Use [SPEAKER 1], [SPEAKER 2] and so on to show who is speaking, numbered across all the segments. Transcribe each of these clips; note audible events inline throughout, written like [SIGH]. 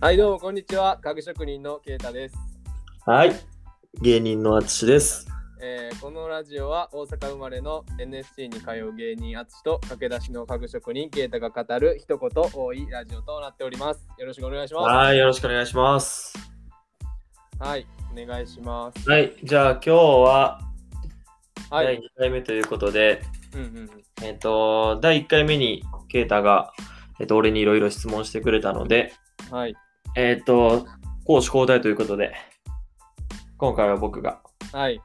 [SPEAKER 1] はい、どうもこんにちは。家具職人のケイタです。
[SPEAKER 2] はい。芸人のあつしです。
[SPEAKER 1] えーこのラジオは大阪生まれの NSC に通う芸人あつしと駆け出しの家具職人ケイタが語る一言多いラジオとなっております。よろしくお願いしま
[SPEAKER 2] はい。よろしくお願いします。
[SPEAKER 1] す。はい、お願いします。
[SPEAKER 2] はい。じゃあ今日は
[SPEAKER 1] は
[SPEAKER 2] 第
[SPEAKER 1] い。
[SPEAKER 2] 2回目ということで、
[SPEAKER 1] うんうんうん。
[SPEAKER 2] えっ、と、第1回目にケイタが、えっと俺にいろいろ質問してくれたので、
[SPEAKER 1] はい。
[SPEAKER 2] えっ、と、攻守交代ということで、今回は僕が
[SPEAKER 1] はい。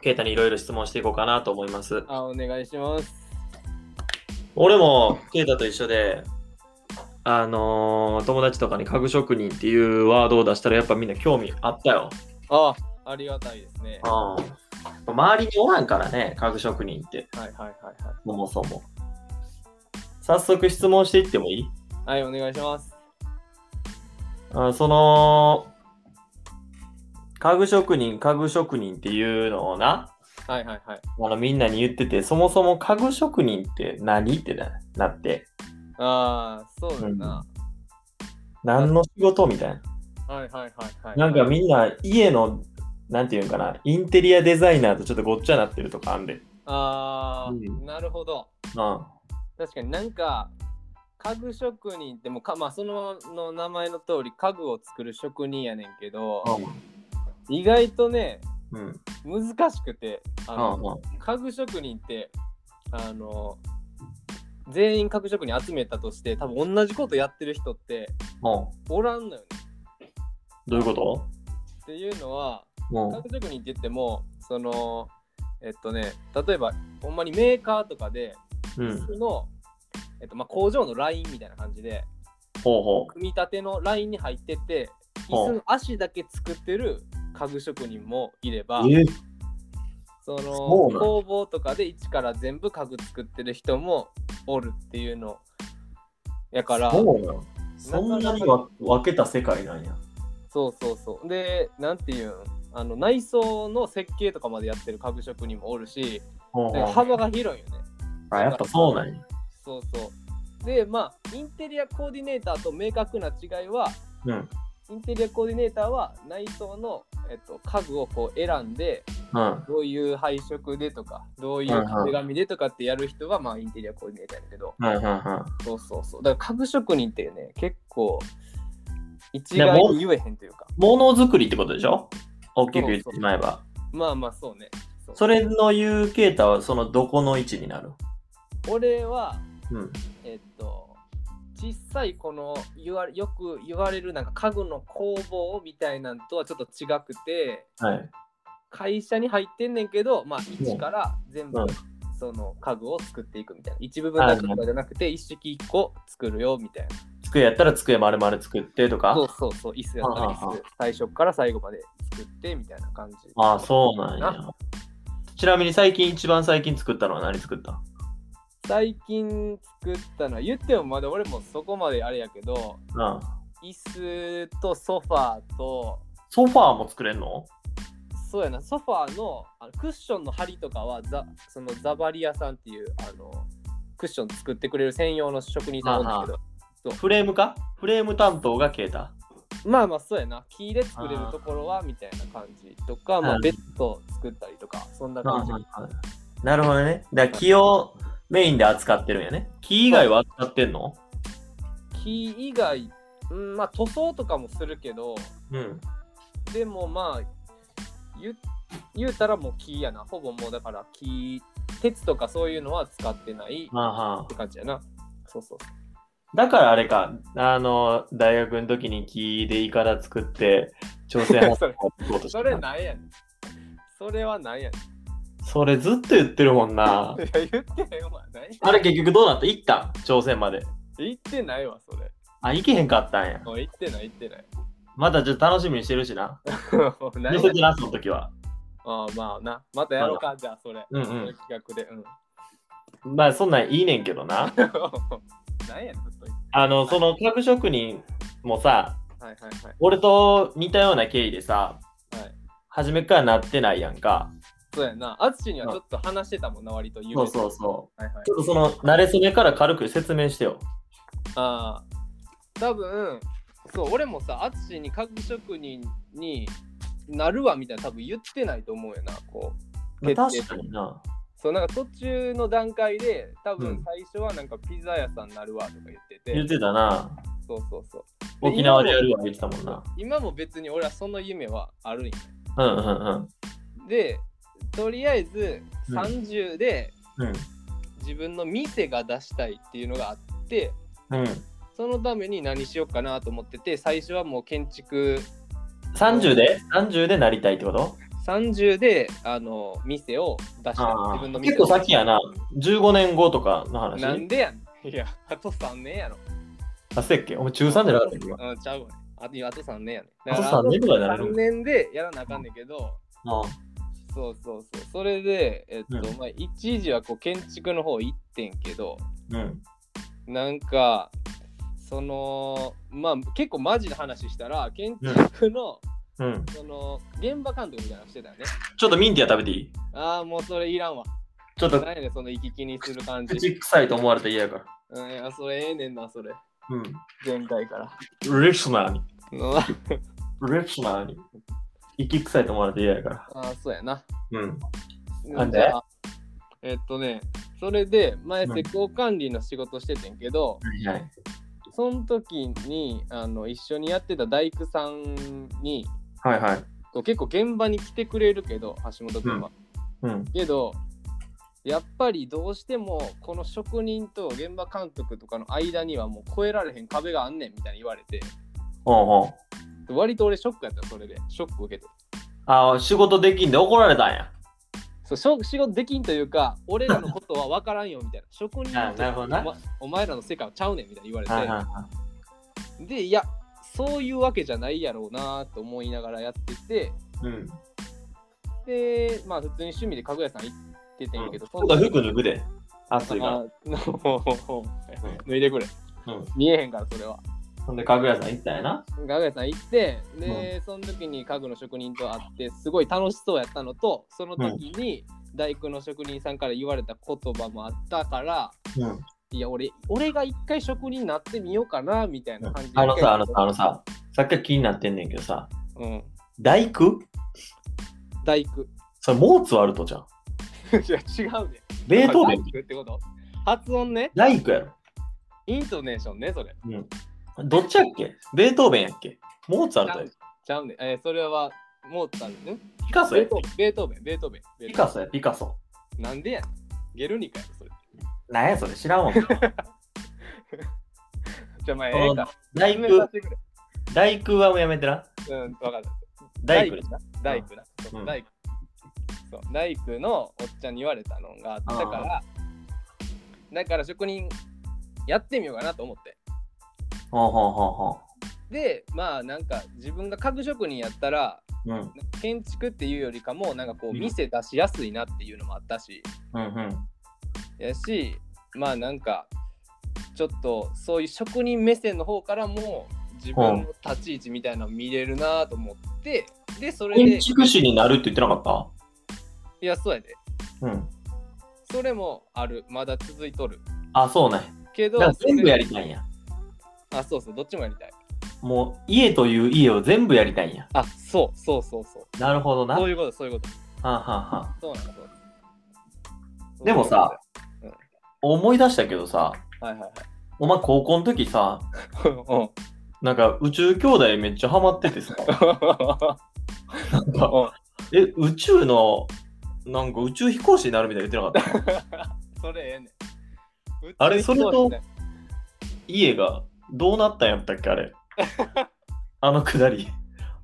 [SPEAKER 2] ケイタにいろいろ質問していこうかなと思います。
[SPEAKER 1] あ、お願いします。
[SPEAKER 2] 俺もケイタと一緒で、あのー友達とかに家具職人っていうワードを出したらやっぱみんな興味あったよ。
[SPEAKER 1] あ、ありがたいですね。は
[SPEAKER 2] うん。周りにおらんからね、家具職人って、
[SPEAKER 1] いはいはいは
[SPEAKER 2] そもそも。早速質問していってもいい
[SPEAKER 1] い。はい、お願いします。
[SPEAKER 2] あその、家具職人、家具職人っていうのをな、
[SPEAKER 1] はいはいはい。
[SPEAKER 2] あのみんなに言ってて、そもそも家具職人って何ってななって、
[SPEAKER 1] ああ、そうだな。
[SPEAKER 2] 何の仕事みたいな。
[SPEAKER 1] はいはいはいはい。
[SPEAKER 2] なんかみんな家の、なんていうんかな、インテリアデザイナーとちょっとごっちゃなってるとかあんで。うん。
[SPEAKER 1] ああ、
[SPEAKER 2] うん
[SPEAKER 1] なるほど。
[SPEAKER 2] は
[SPEAKER 1] 確かになんか家具職人ってもうか、まあ、そのの名前の通り家具を作る職人やねんけど、意外とね
[SPEAKER 2] うん。うん。
[SPEAKER 1] 難しくてあの、
[SPEAKER 2] うん
[SPEAKER 1] 家具職人ってあの全員家具職人集めたとして多分同じことやってる人って
[SPEAKER 2] ど
[SPEAKER 1] おらんのよね。
[SPEAKER 2] ういうこと
[SPEAKER 1] っていうのは
[SPEAKER 2] うん
[SPEAKER 1] 家具職人って言ってもそのえっとね例えばほんまにメーカーとかで
[SPEAKER 2] うん。
[SPEAKER 1] その、えっとまあ、工場のラインみたいな感じで。
[SPEAKER 2] ほうほう。
[SPEAKER 1] 組み立てのラインに入ってて
[SPEAKER 2] ほ
[SPEAKER 1] 椅子
[SPEAKER 2] う
[SPEAKER 1] の足だけ作ってる家具職人もいれば
[SPEAKER 2] え
[SPEAKER 1] その
[SPEAKER 2] そうなん
[SPEAKER 1] 工房とかで一から全部家具作ってる人もおるっていうのやからそう
[SPEAKER 2] そうなんそんなにわ分けた世界なんや。
[SPEAKER 1] そうそうでなんていうんあの内装の設計とかまでやってる家具職人もおるし
[SPEAKER 2] ほうほう
[SPEAKER 1] 幅が広いよね
[SPEAKER 2] あやっぱそうなんや。
[SPEAKER 1] そうそうでまあインテリアコーディネーターと明確な違いは
[SPEAKER 2] うん。
[SPEAKER 1] インテリアコーディネーターは内装の、えっと、家具をこう選んで
[SPEAKER 2] うん。
[SPEAKER 1] どういう配色でとかどうい
[SPEAKER 2] は
[SPEAKER 1] う
[SPEAKER 2] いはい
[SPEAKER 1] 壁紙でとかってやる人がまあインテリアコーディネーターやけど
[SPEAKER 2] うんうんうん。
[SPEAKER 1] そうそうそうだから家具職人ってね結構一
[SPEAKER 2] ね
[SPEAKER 1] 概
[SPEAKER 2] もう
[SPEAKER 1] に言えへんというか
[SPEAKER 2] ものづくりってことでしょ大きく言ってしまえば。
[SPEAKER 1] まあまあそうねう
[SPEAKER 2] それの言うケータはそのどこの位置になる
[SPEAKER 1] 俺は
[SPEAKER 2] うん。
[SPEAKER 1] えっと小さいこの言わよく言われるなんか家具の工房みたいなんとはちょっと違くて
[SPEAKER 2] はい。
[SPEAKER 1] 会社に入ってんねんけど、まあ、一から全部
[SPEAKER 2] うん
[SPEAKER 1] その家具を作っていくみたいな一部分だけとかじゃなくて一式一個作るよみたいな
[SPEAKER 2] 机やったら机丸々作ってとか。
[SPEAKER 1] そうそうそう椅子やったら
[SPEAKER 2] はあはあ
[SPEAKER 1] 椅子最初から最後まで作ってみたいな感じ
[SPEAKER 2] ああ、そうなんや
[SPEAKER 1] な。
[SPEAKER 2] ちなみに最近、一番最近作ったのは何作った
[SPEAKER 1] 最近作ったのは言ってもまだ俺もそこまであれやけど
[SPEAKER 2] うん。
[SPEAKER 1] 椅子とソファーと
[SPEAKER 2] ソファーも作れんの
[SPEAKER 1] そうやなソファーのあのクッションの針とかはザそのザバリアさんっていうあのクッション作ってくれる専用の職人さんなんだけど
[SPEAKER 2] フレームかフレーム担当がケータ。
[SPEAKER 1] まあまあそうやな木で作れるところはみたいな感じとかまあ
[SPEAKER 2] うん
[SPEAKER 1] ベッド作ったりとかそんな感じ
[SPEAKER 2] なるほどね。だから木をメインで扱ってるんやね。木以外は扱ってんの
[SPEAKER 1] 木以外、うん、まあ塗装とかもするけど
[SPEAKER 2] うん。
[SPEAKER 1] でもまあ言う言うたらもう木やなほぼもうだから木鉄とかそういうのは使ってないっ
[SPEAKER 2] はあはあ
[SPEAKER 1] て感じやなそうそう
[SPEAKER 2] だからあれか、あの、大学の時に木でイカダ作って、朝鮮半島を行こ
[SPEAKER 1] [LAUGHS]
[SPEAKER 2] うとし
[SPEAKER 1] それ
[SPEAKER 2] た。
[SPEAKER 1] なんやねんそれはなんやね
[SPEAKER 2] それずっと言ってるもんな。
[SPEAKER 1] [LAUGHS] んいや言ってへんわ何
[SPEAKER 2] あれ結局どうなった行った朝鮮まで。
[SPEAKER 1] 言ってないわそれ
[SPEAKER 2] あ、行けへんかったんや。
[SPEAKER 1] おい言ってない言ってない [LAUGHS]
[SPEAKER 2] またちょっと楽しみにしてるしな。
[SPEAKER 1] もう何や
[SPEAKER 2] 寄せてな、その時は。
[SPEAKER 1] ああまあなまたやろうかじゃあそれ、
[SPEAKER 2] うんうん
[SPEAKER 1] その企画でうん [LAUGHS]
[SPEAKER 2] まあそんなんいいねんけどな。
[SPEAKER 1] 何やねんずっと言っ
[SPEAKER 2] あの、その家具職人もさ、
[SPEAKER 1] てはいはいはい
[SPEAKER 2] 俺と似たような経緯でさ、
[SPEAKER 1] はい
[SPEAKER 2] 初めからなってないやんか。
[SPEAKER 1] そうやな淳にはちょっと話してたもんな割と夢
[SPEAKER 2] そうそうそう。
[SPEAKER 1] はいはい
[SPEAKER 2] ちょっとその、慣れそめから軽く説明してよ。
[SPEAKER 1] ああ、多分そう俺もさ淳に家具職人になるわみたいな多分言ってないと思うよなこう
[SPEAKER 2] まあ
[SPEAKER 1] 決定
[SPEAKER 2] 確かにな。
[SPEAKER 1] そうなんか途中の段階で多
[SPEAKER 2] うん
[SPEAKER 1] 分最初はなんかピザ屋さんになるわとか言ってて、
[SPEAKER 2] 言ってたな。
[SPEAKER 1] そうそうそうで
[SPEAKER 2] 沖縄でやるわ言ってたもんな。
[SPEAKER 1] 今も別に俺はその夢はあるんよ
[SPEAKER 2] うんうんうん。
[SPEAKER 1] でとりあえず30で
[SPEAKER 2] うん。
[SPEAKER 1] 自分の店が出したいっていうのがあって
[SPEAKER 2] うん、
[SPEAKER 1] そのために何しようかなと思ってて最初はもう建築
[SPEAKER 2] 30で ?30 でなりたいってこと
[SPEAKER 1] 30であの店を出したい
[SPEAKER 2] あー
[SPEAKER 1] 自分の店
[SPEAKER 2] 結構先やな。15年後とかの話。
[SPEAKER 1] なんでやねんいやあと3年やろ
[SPEAKER 2] あ、せっけお前中3じゃなかったっけ今
[SPEAKER 1] うん、ちゃうわね。あといやあと3年やね。
[SPEAKER 2] あと3年ぐらいなら
[SPEAKER 1] 3年でやらなあかんねんけど、
[SPEAKER 2] う
[SPEAKER 1] そうそうそう。それで、えっと、
[SPEAKER 2] う
[SPEAKER 1] まあ、一時はこう建築の方行ってんけど、
[SPEAKER 2] ん。うん。
[SPEAKER 1] なんか、その、まあ、結構マジな話したら、建築の、
[SPEAKER 2] うん。
[SPEAKER 1] その、現場監督みたいなのしてたよね。
[SPEAKER 2] ちょっとミンティア食べていい
[SPEAKER 1] ああ、もうそれいらんわ。
[SPEAKER 2] ちょっと
[SPEAKER 1] 何やねん、その行き来にする感じ。
[SPEAKER 2] 口臭いと思われたら嫌やから。
[SPEAKER 1] うん、いやそれええねんな、それ。
[SPEAKER 2] う
[SPEAKER 1] 前回から。
[SPEAKER 2] ん。リスナーに。
[SPEAKER 1] うん
[SPEAKER 2] リスナーに。息臭いと思われたら嫌やから。
[SPEAKER 1] ああ、そうやな。
[SPEAKER 2] うん。なん
[SPEAKER 1] ん
[SPEAKER 2] で
[SPEAKER 1] えっとね、それで前
[SPEAKER 2] うん
[SPEAKER 1] 施工管理の仕事しててんけど、
[SPEAKER 2] はい。
[SPEAKER 1] その時にあの一緒にやってた大工さんに
[SPEAKER 2] はいはい。
[SPEAKER 1] こう結構現場に来てくれるけど橋本君は、
[SPEAKER 2] うん。
[SPEAKER 1] けどやっぱりどうしてもこの職人と現場監督とかの間にはもう越えられへん壁があんねんみたいに言われて
[SPEAKER 2] おうおう
[SPEAKER 1] 割と俺ショックやったそれでショック受けて
[SPEAKER 2] あー仕事できんで怒られたんや。
[SPEAKER 1] そうしょ仕事できんというか俺らのことは分からんよ
[SPEAKER 2] [LAUGHS]
[SPEAKER 1] みたいな職人
[SPEAKER 2] あなるほどな
[SPEAKER 1] お前お前らの世界はちゃうねんみたいに言われて、
[SPEAKER 2] はいはいはい。
[SPEAKER 1] でいやそういうわけじゃないやろうなと思いながらやってて
[SPEAKER 2] うん。
[SPEAKER 1] でまあ普通に趣味で家具屋さん行っててんやけど、
[SPEAKER 2] 今度は服脱ぐで。暑いから。
[SPEAKER 1] ら [LAUGHS] 脱いでくれ、
[SPEAKER 2] うん
[SPEAKER 1] 見えへんからそれは
[SPEAKER 2] ほんで、家具屋さん行ったんやな。
[SPEAKER 1] 家具屋さん行ってで、その時に家具の職人と会ってすごい楽しそうやったのとその時に大工の職人さんから言われた言葉もあったから
[SPEAKER 2] うん。
[SPEAKER 1] いや俺俺が一回職人になってみようかなみたいな感じで
[SPEAKER 2] あのさ、あのさ、あのさ、さっきから気になってんねんけどさ、
[SPEAKER 1] うん、
[SPEAKER 2] 大工
[SPEAKER 1] 大工 [LAUGHS]
[SPEAKER 2] それモーツァルトじゃん。
[SPEAKER 1] いや違うね
[SPEAKER 2] ベートーベ
[SPEAKER 1] 大
[SPEAKER 2] ン。
[SPEAKER 1] 工ってこと発音ね、
[SPEAKER 2] 大工やろ。
[SPEAKER 1] イントネーションね、それ。
[SPEAKER 2] うん。どっちやっけベートーベンやっけモーツァルトやっけ
[SPEAKER 1] ちゃうね。えーそれは、モーツァルトね。
[SPEAKER 2] ピカソ
[SPEAKER 1] ベ
[SPEAKER 2] やっ
[SPEAKER 1] ー
[SPEAKER 2] け
[SPEAKER 1] トーベン、ベートーベン、ベートーベン。ベー
[SPEAKER 2] ピ
[SPEAKER 1] トー
[SPEAKER 2] カソや、ピカソ。
[SPEAKER 1] ベンなんでやねん。ゲルニカやろ、それ。
[SPEAKER 2] なんやそれ知らんわ。
[SPEAKER 1] じゃあ、まあ、ええか。
[SPEAKER 2] 大
[SPEAKER 1] 説明さ
[SPEAKER 2] 工、
[SPEAKER 1] せてく
[SPEAKER 2] 大工はもうやめてな。
[SPEAKER 1] れうん、わかった。
[SPEAKER 2] 大工です。
[SPEAKER 1] な。大工な。そううん大工。そう、大工のおっちゃんに言われたのがあったから、だから職人やってみようかなと思って。
[SPEAKER 2] ほうほうほうほ
[SPEAKER 1] で、まあ、なんか自分が家具職人やったら、
[SPEAKER 2] う。うん。
[SPEAKER 1] 建築っていうよりかも、なんかこう、
[SPEAKER 2] うん
[SPEAKER 1] 店出しやすいなっていうのもあったし。
[SPEAKER 2] うんうん。
[SPEAKER 1] やしまあなんかちょっとそういう職人目線の方からも自分の立ち位置みたいなの見れるなと思ってでそれで
[SPEAKER 2] 建築士になるって言ってなかっ
[SPEAKER 1] いやそうやで
[SPEAKER 2] たうん。
[SPEAKER 1] それもあるまだ続いとる
[SPEAKER 2] あ、そうね。
[SPEAKER 1] けど
[SPEAKER 2] だから全部やり
[SPEAKER 1] そ
[SPEAKER 2] たいんや。
[SPEAKER 1] れあそうそうどっちもやりたい
[SPEAKER 2] もう家という家を全部やりたいんや。
[SPEAKER 1] あそうそうそうそう
[SPEAKER 2] なるほどな。
[SPEAKER 1] そう
[SPEAKER 2] は
[SPEAKER 1] いうことそういうこと
[SPEAKER 2] あ、はあはあ、
[SPEAKER 1] そうなんだそうなんだそう
[SPEAKER 2] でもさ思い出したけどさ、
[SPEAKER 1] はいはいはい
[SPEAKER 2] お前高校の時さ、
[SPEAKER 1] [LAUGHS] うん
[SPEAKER 2] なんか宇宙兄弟めっちゃハマって [LAUGHS] てさ、なんか
[SPEAKER 1] うん
[SPEAKER 2] え、宇宙の、なんか宇宙飛行士になるみたいな言ってなかった
[SPEAKER 1] [LAUGHS] それええねん
[SPEAKER 2] あれそれと
[SPEAKER 1] 宇宙飛行士ね
[SPEAKER 2] 家がどうなったんやったっけあ [LAUGHS] れ。あのくだり。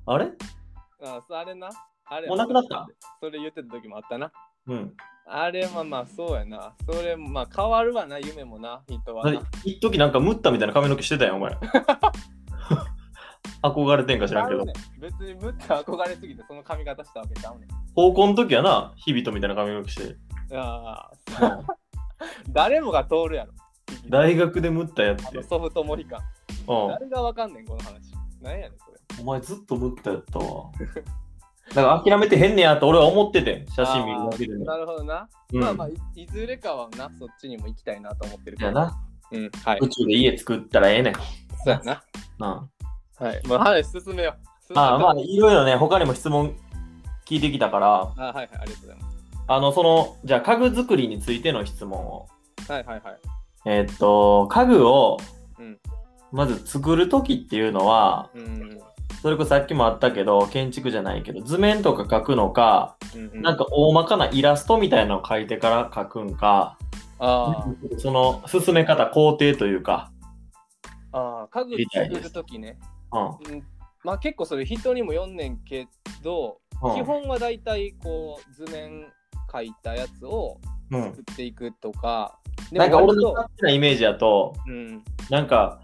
[SPEAKER 2] あれ
[SPEAKER 1] あそうあれなあれ
[SPEAKER 2] もうなくなった
[SPEAKER 1] それ言ってた時もあったな
[SPEAKER 2] うん。
[SPEAKER 1] あれはまあそうやな。それまあ変わるわな、夢もな、人は
[SPEAKER 2] あれ
[SPEAKER 1] な。
[SPEAKER 2] 一時なんかムッタみたいな髪の毛してたよ、お前。 [LAUGHS] 憧れてんか知らんけ
[SPEAKER 1] ちゃう
[SPEAKER 2] ど
[SPEAKER 1] ね。ん別にムッタ憧れすぎてその髪型したわけちゃうねん。
[SPEAKER 2] 高校の時はな、日々とみたいな髪の毛して。
[SPEAKER 1] ああ、誰もが通るやろ。
[SPEAKER 2] 大学でムッタやって。
[SPEAKER 1] あ
[SPEAKER 2] う
[SPEAKER 1] のソフトモヒカン。
[SPEAKER 2] ん。
[SPEAKER 1] 誰がわかんねん、この話。なんやねん、それ。
[SPEAKER 2] お前ずっとムッタやっ
[SPEAKER 1] [LAUGHS]
[SPEAKER 2] たわ。だから諦めてへんねやと俺は思っててん、写真見るだけでも。
[SPEAKER 1] なるほどな。
[SPEAKER 2] うん
[SPEAKER 1] まあまあい、いずれかはな、そっちにも行きたいなと思ってるか
[SPEAKER 2] や
[SPEAKER 1] ら。
[SPEAKER 2] な。
[SPEAKER 1] うん、はい
[SPEAKER 2] 宇。宙で家作ったらええねん。
[SPEAKER 1] そうやな。
[SPEAKER 2] う
[SPEAKER 1] は
[SPEAKER 2] ん。
[SPEAKER 1] い。まあ、話進めよう。進めよう
[SPEAKER 2] あまあ、いろいろね、他にも質問聞いてきたから、
[SPEAKER 1] あ、はいはい、ありがとうございま
[SPEAKER 2] あの、その、じゃあ家具作りについての質問を。
[SPEAKER 1] す。はいはいはい。
[SPEAKER 2] えっと、家具を
[SPEAKER 1] うん、
[SPEAKER 2] まず作るときっていうのは、
[SPEAKER 1] うん。
[SPEAKER 2] それこそさっきもあったけど、建築じゃないけど、図面とか描くのか、
[SPEAKER 1] うん、
[SPEAKER 2] [LAUGHS] なんか、大まかなイラストみたいなのを描いてから描くんか、
[SPEAKER 1] あー
[SPEAKER 2] その進め方、工程というか、
[SPEAKER 1] あー、家具作るときね。
[SPEAKER 2] うん、
[SPEAKER 1] うんまあ結構それ人にも読んねんけど、
[SPEAKER 2] うん
[SPEAKER 1] 基本はだいたいこう図面描いたやつを
[SPEAKER 2] う
[SPEAKER 1] 作
[SPEAKER 2] ん。
[SPEAKER 1] っていくとか、でも
[SPEAKER 2] なんか俺の
[SPEAKER 1] 割と
[SPEAKER 2] 勝手なイメージだと、
[SPEAKER 1] うん、
[SPEAKER 2] なんか、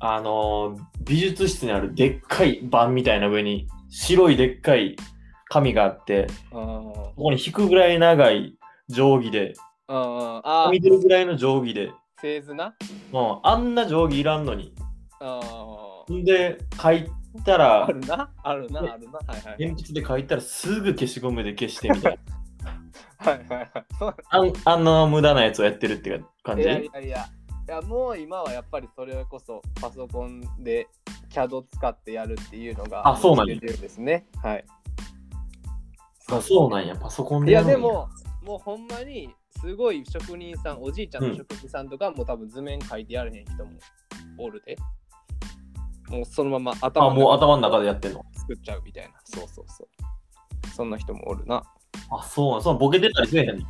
[SPEAKER 2] あのー美術室にあるでっかい板みたいな上に、白いでっかい紙があって、
[SPEAKER 1] あー
[SPEAKER 2] ここに引くぐらい長い定規で、
[SPEAKER 1] あーあ
[SPEAKER 2] 見
[SPEAKER 1] ー
[SPEAKER 2] てるぐらいの定規で、
[SPEAKER 1] 製図な
[SPEAKER 2] うん、あんな定規いらんのに。
[SPEAKER 1] あー
[SPEAKER 2] んで、書いたら
[SPEAKER 1] あ、るなあるなあるなはいはい
[SPEAKER 2] 鉛筆で書いたらすぐ消しゴムで消してみたいな。 [LAUGHS]
[SPEAKER 1] はいはいはいそう
[SPEAKER 2] あんあんな無駄なやつをやってるって感
[SPEAKER 1] い
[SPEAKER 2] じ
[SPEAKER 1] やいやいやいやもう今はやっぱりそれこそパソコンで CAD 使ってやるっていうのが
[SPEAKER 2] あそうなんや
[SPEAKER 1] 主流ですねはい
[SPEAKER 2] あそうなんや、パソコン
[SPEAKER 1] い
[SPEAKER 2] で
[SPEAKER 1] や
[SPEAKER 2] るん
[SPEAKER 1] でももうほんまにすごい職人さんおじいちゃんの職人さんとかもう多分図面描いてやれへん人もおるでもうそのまま頭
[SPEAKER 2] あ、もう
[SPEAKER 1] の中
[SPEAKER 2] 頭の中でやってんの。
[SPEAKER 1] 作っちゃうみたいなそうそうそうそんな人もおるな
[SPEAKER 2] あ、そうなんそのボケてたりせえへんの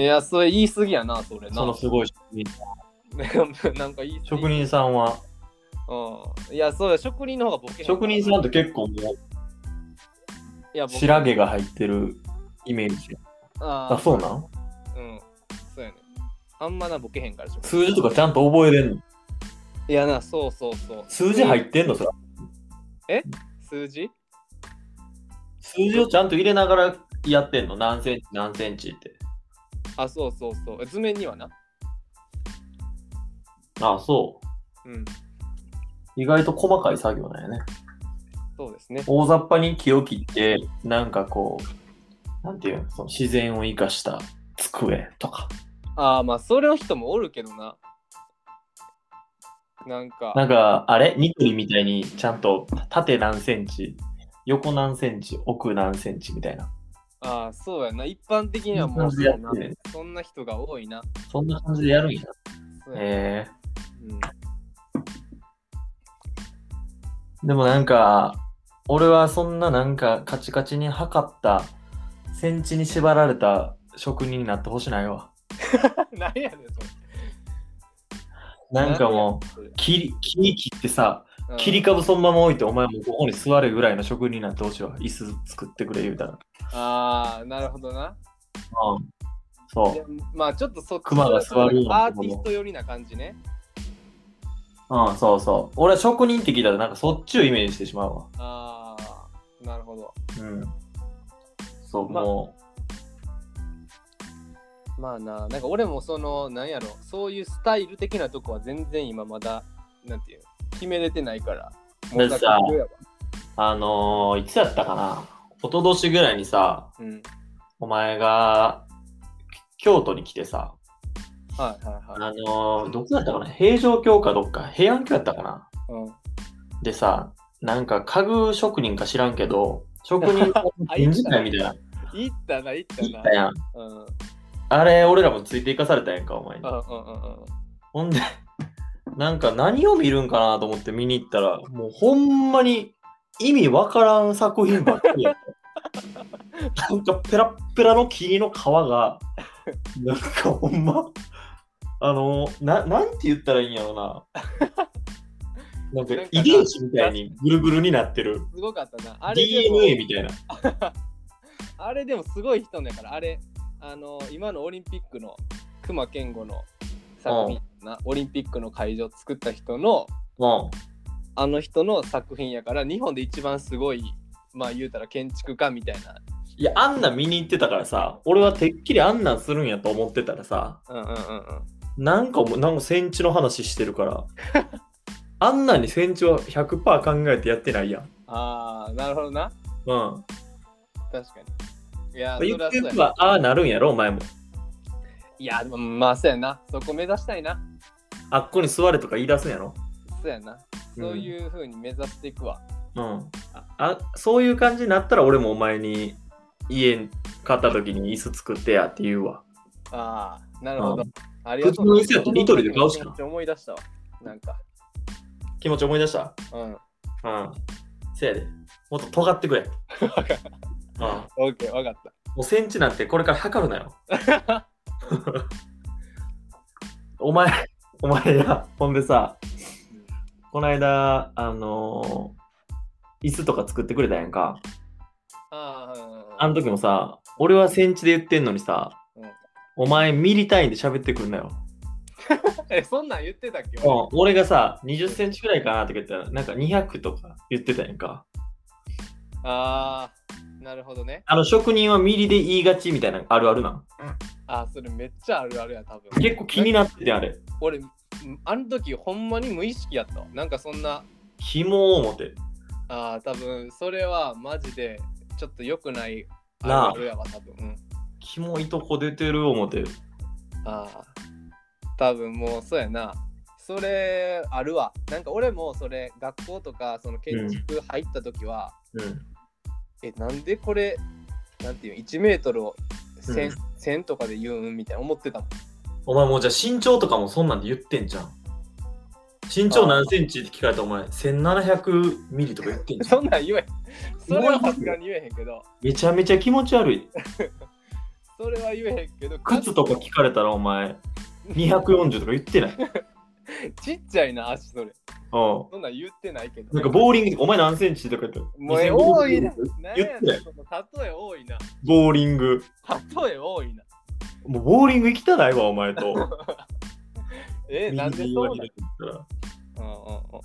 [SPEAKER 1] いやそれ言い過ぎやなそれな
[SPEAKER 2] そのすごい職人
[SPEAKER 1] [LAUGHS] なんかいい
[SPEAKER 2] 職人さんは、
[SPEAKER 1] うんいやそうだ職人の方がボケへん
[SPEAKER 2] 職人さんって結構も
[SPEAKER 1] いや
[SPEAKER 2] う
[SPEAKER 1] 僕
[SPEAKER 2] 白毛が入ってるイメージ。
[SPEAKER 1] あー
[SPEAKER 2] あ、そうなん
[SPEAKER 1] うんそうやねあんまなボケへんから職人
[SPEAKER 2] 数字とかちゃんと覚えれんの
[SPEAKER 1] いやなそうそうそう
[SPEAKER 2] 数字入ってんのそれ
[SPEAKER 1] 数字
[SPEAKER 2] 数字をちゃんと入れながらやってんの何センチ何センチって。
[SPEAKER 1] あそうそうそう図面にはな
[SPEAKER 2] あそ
[SPEAKER 1] うん
[SPEAKER 2] う。意外と細かい作業なんやね。
[SPEAKER 1] そうですね
[SPEAKER 2] 大雑把に木を切って、なんかこう、なんていうの、その自然を生かした机とか。
[SPEAKER 1] ああまあそれの人もおるけどななんか
[SPEAKER 2] なんか、あれニトリみたいにちゃんと縦何センチ、横何センチ、奥何センチみたいな。
[SPEAKER 1] ああそうやな一般的にはもう
[SPEAKER 2] そ
[SPEAKER 1] そ
[SPEAKER 2] んなや
[SPEAKER 1] うな
[SPEAKER 2] つやってる
[SPEAKER 1] そんな人が多いな
[SPEAKER 2] そんな感じでやるんや。
[SPEAKER 1] そうやな
[SPEAKER 2] え
[SPEAKER 1] うん [LAUGHS]
[SPEAKER 2] ー、でもなんか、俺はそんななんかカチカチに測った、センチに縛られた職人になってほしないわ。
[SPEAKER 1] 何やねんそれ
[SPEAKER 2] なんかもう、
[SPEAKER 1] う
[SPEAKER 2] 切り、切り切ってさ、
[SPEAKER 1] ん
[SPEAKER 2] 切り株そのまま置いて、お前もうここに座れぐらいの職人になってほしいわ。椅子作ってくれ、言うたら。
[SPEAKER 1] ああなるほどな
[SPEAKER 2] うん。そ
[SPEAKER 1] いうや。まあちょっとそっち
[SPEAKER 2] 熊が座るような
[SPEAKER 1] アーティスト寄りな感じね
[SPEAKER 2] うん、そうそう。俺は職人って聞いたら、なんかそっちをイメージしてしまうわ。
[SPEAKER 1] ああなるほど
[SPEAKER 2] うん。そう、
[SPEAKER 1] まあ
[SPEAKER 2] も
[SPEAKER 1] まあななんか俺もそのなんやろそういうスタイル的なとこは全然今まだなんていうの決めれてないから
[SPEAKER 2] だってさ
[SPEAKER 1] 模索中やわ
[SPEAKER 2] う、あのー、いつやったかな。一昨年ぐらいにさ、
[SPEAKER 1] うん
[SPEAKER 2] お前が、京都に来てさ、
[SPEAKER 1] はいはいはい
[SPEAKER 2] あのー、どこやったかな平城京かどっか、平安京やったかな
[SPEAKER 1] うん
[SPEAKER 2] でさ、なんか家具職人か知らんけど、職 [LAUGHS] 人さんの展示会みたいな、
[SPEAKER 1] 行ったな行った
[SPEAKER 2] 行
[SPEAKER 1] な
[SPEAKER 2] ったやん。
[SPEAKER 1] うんうんうん
[SPEAKER 2] あれ、俺らもついていかされたやんか、お前に。
[SPEAKER 1] うんうん
[SPEAKER 2] ほんで、なんか何を見るんかなと思って見に行ったら、もうほんまに意味わからん作品ばっかりやった。なんかペラッペラの木の皮が、なんかほんま、あの、ななんて言ったらいいんやろな。なん
[SPEAKER 1] な
[SPEAKER 2] か
[SPEAKER 1] んかな
[SPEAKER 2] 遺伝子みたいにぐるぐるになってる。
[SPEAKER 1] すごかったなあれでも
[SPEAKER 2] DNA みたいな。
[SPEAKER 1] あれでもすごい人だからあれあの今のオリンピックの熊健吾の作品なオリンピックの会場作った人の
[SPEAKER 2] うん。
[SPEAKER 1] あの人の作品やから日本で一番すごいまあ言うたら建築家みたいない
[SPEAKER 2] や、あんなん見に行ってたからさ、俺はてっきりあんなんするんやと思ってたらさ、
[SPEAKER 1] うんうんうん
[SPEAKER 2] なんかもう、なんかセンチの話してるから。 [LAUGHS] あんなにセンチは100%考えてやってないやん。
[SPEAKER 1] ああなるほどな
[SPEAKER 2] うん。
[SPEAKER 1] 確かにいやそ
[SPEAKER 2] ゆ
[SPEAKER 1] れ
[SPEAKER 2] く
[SPEAKER 1] は
[SPEAKER 2] ゆ
[SPEAKER 1] そうや
[SPEAKER 2] く
[SPEAKER 1] な
[SPEAKER 2] はああなるんやろ、お前も。
[SPEAKER 1] いやでもまあそうやなそこ目指したいな
[SPEAKER 2] あっこに座れとか言い出すんやろ。
[SPEAKER 1] そうやなそういうふうに目指していくわ。
[SPEAKER 2] うん。ああ、そういう感じになったら俺もお前に家買った時に椅子作ってやって言うわ。
[SPEAKER 1] ああ、なるほど。ありが
[SPEAKER 2] 普
[SPEAKER 1] と
[SPEAKER 2] 通
[SPEAKER 1] う。
[SPEAKER 2] の椅子やとニトリで買うし
[SPEAKER 1] めっ
[SPEAKER 2] な
[SPEAKER 1] ち。ゃ思い出したわ。なんか、
[SPEAKER 2] 気持ち思い出した。
[SPEAKER 1] うん。オ
[SPEAKER 2] うん。せやで。もっと尖ってく
[SPEAKER 1] [LAUGHS]
[SPEAKER 2] れ。うん。も
[SPEAKER 1] ッケー、わかった。
[SPEAKER 2] うセンチなんてこれから測るな [LAUGHS] よ。お前、お前や、ほんでさ、この間、あのー椅子とか作ってくれたやんか。
[SPEAKER 1] あーうん
[SPEAKER 2] あの時もさ、俺はセンチで言ってんのにさ、
[SPEAKER 1] うん
[SPEAKER 2] お前ミリ単位で喋ってくんなよ。
[SPEAKER 1] [LAUGHS] え、そんなん言ってたっけ
[SPEAKER 2] うん俺がさ、20センチくらいかなとか言ったら、なんか200とか言ってたやんか。
[SPEAKER 1] ああ、なるほどね。
[SPEAKER 2] あの職人はミリで言いがちみたいなのあるあるなん。
[SPEAKER 1] ああ、それめっちゃあるあるや、多分。
[SPEAKER 2] 結構気になっててあれ。
[SPEAKER 1] 俺、んあの時ほんまに無意識やったわ。なんかそんな、
[SPEAKER 2] ひも思て。
[SPEAKER 1] ああ、多分それはマジでちょっと良くないある
[SPEAKER 2] なあ
[SPEAKER 1] あるやわ、多分。うん、
[SPEAKER 2] キモいとこ出てる思て。
[SPEAKER 1] ああ、多分もうそうやな。それあるわ。なんか俺もそれ学校とかその建築入った時は、
[SPEAKER 2] うん。
[SPEAKER 1] えなんでこれなんていう1メートルを1000、1000とかで言うんみたいな思ってたもん [LAUGHS]
[SPEAKER 2] お前もうじゃあ身長とかもそんなんで言ってんじゃん。身長何センチって聞かれたらお前1700ミリとか言ってんじゃん。
[SPEAKER 1] そんなん言えそれはさすがに言えへんけど
[SPEAKER 2] [LAUGHS] めちゃめちゃ気持ち悪い。
[SPEAKER 1] それは言えへんけど
[SPEAKER 2] 靴とか聞かれたらお前240とか言って [LAUGHS] ない。うん。
[SPEAKER 1] [LAUGHS] ちっちゃいな足それそんなん言ってないけど
[SPEAKER 2] なんかボーリングお前何センチとか言って
[SPEAKER 1] もうえ多いな何
[SPEAKER 2] 言って
[SPEAKER 1] や
[SPEAKER 2] ない
[SPEAKER 1] その例え多いな
[SPEAKER 2] ボーリング。
[SPEAKER 1] 例え多いな
[SPEAKER 2] もうボーリング行きたないわ、お前
[SPEAKER 1] [LAUGHS]
[SPEAKER 2] と。
[SPEAKER 1] えなんで
[SPEAKER 2] 右
[SPEAKER 1] そう
[SPEAKER 2] 割
[SPEAKER 1] な
[SPEAKER 2] りだったら
[SPEAKER 1] のうんうんうん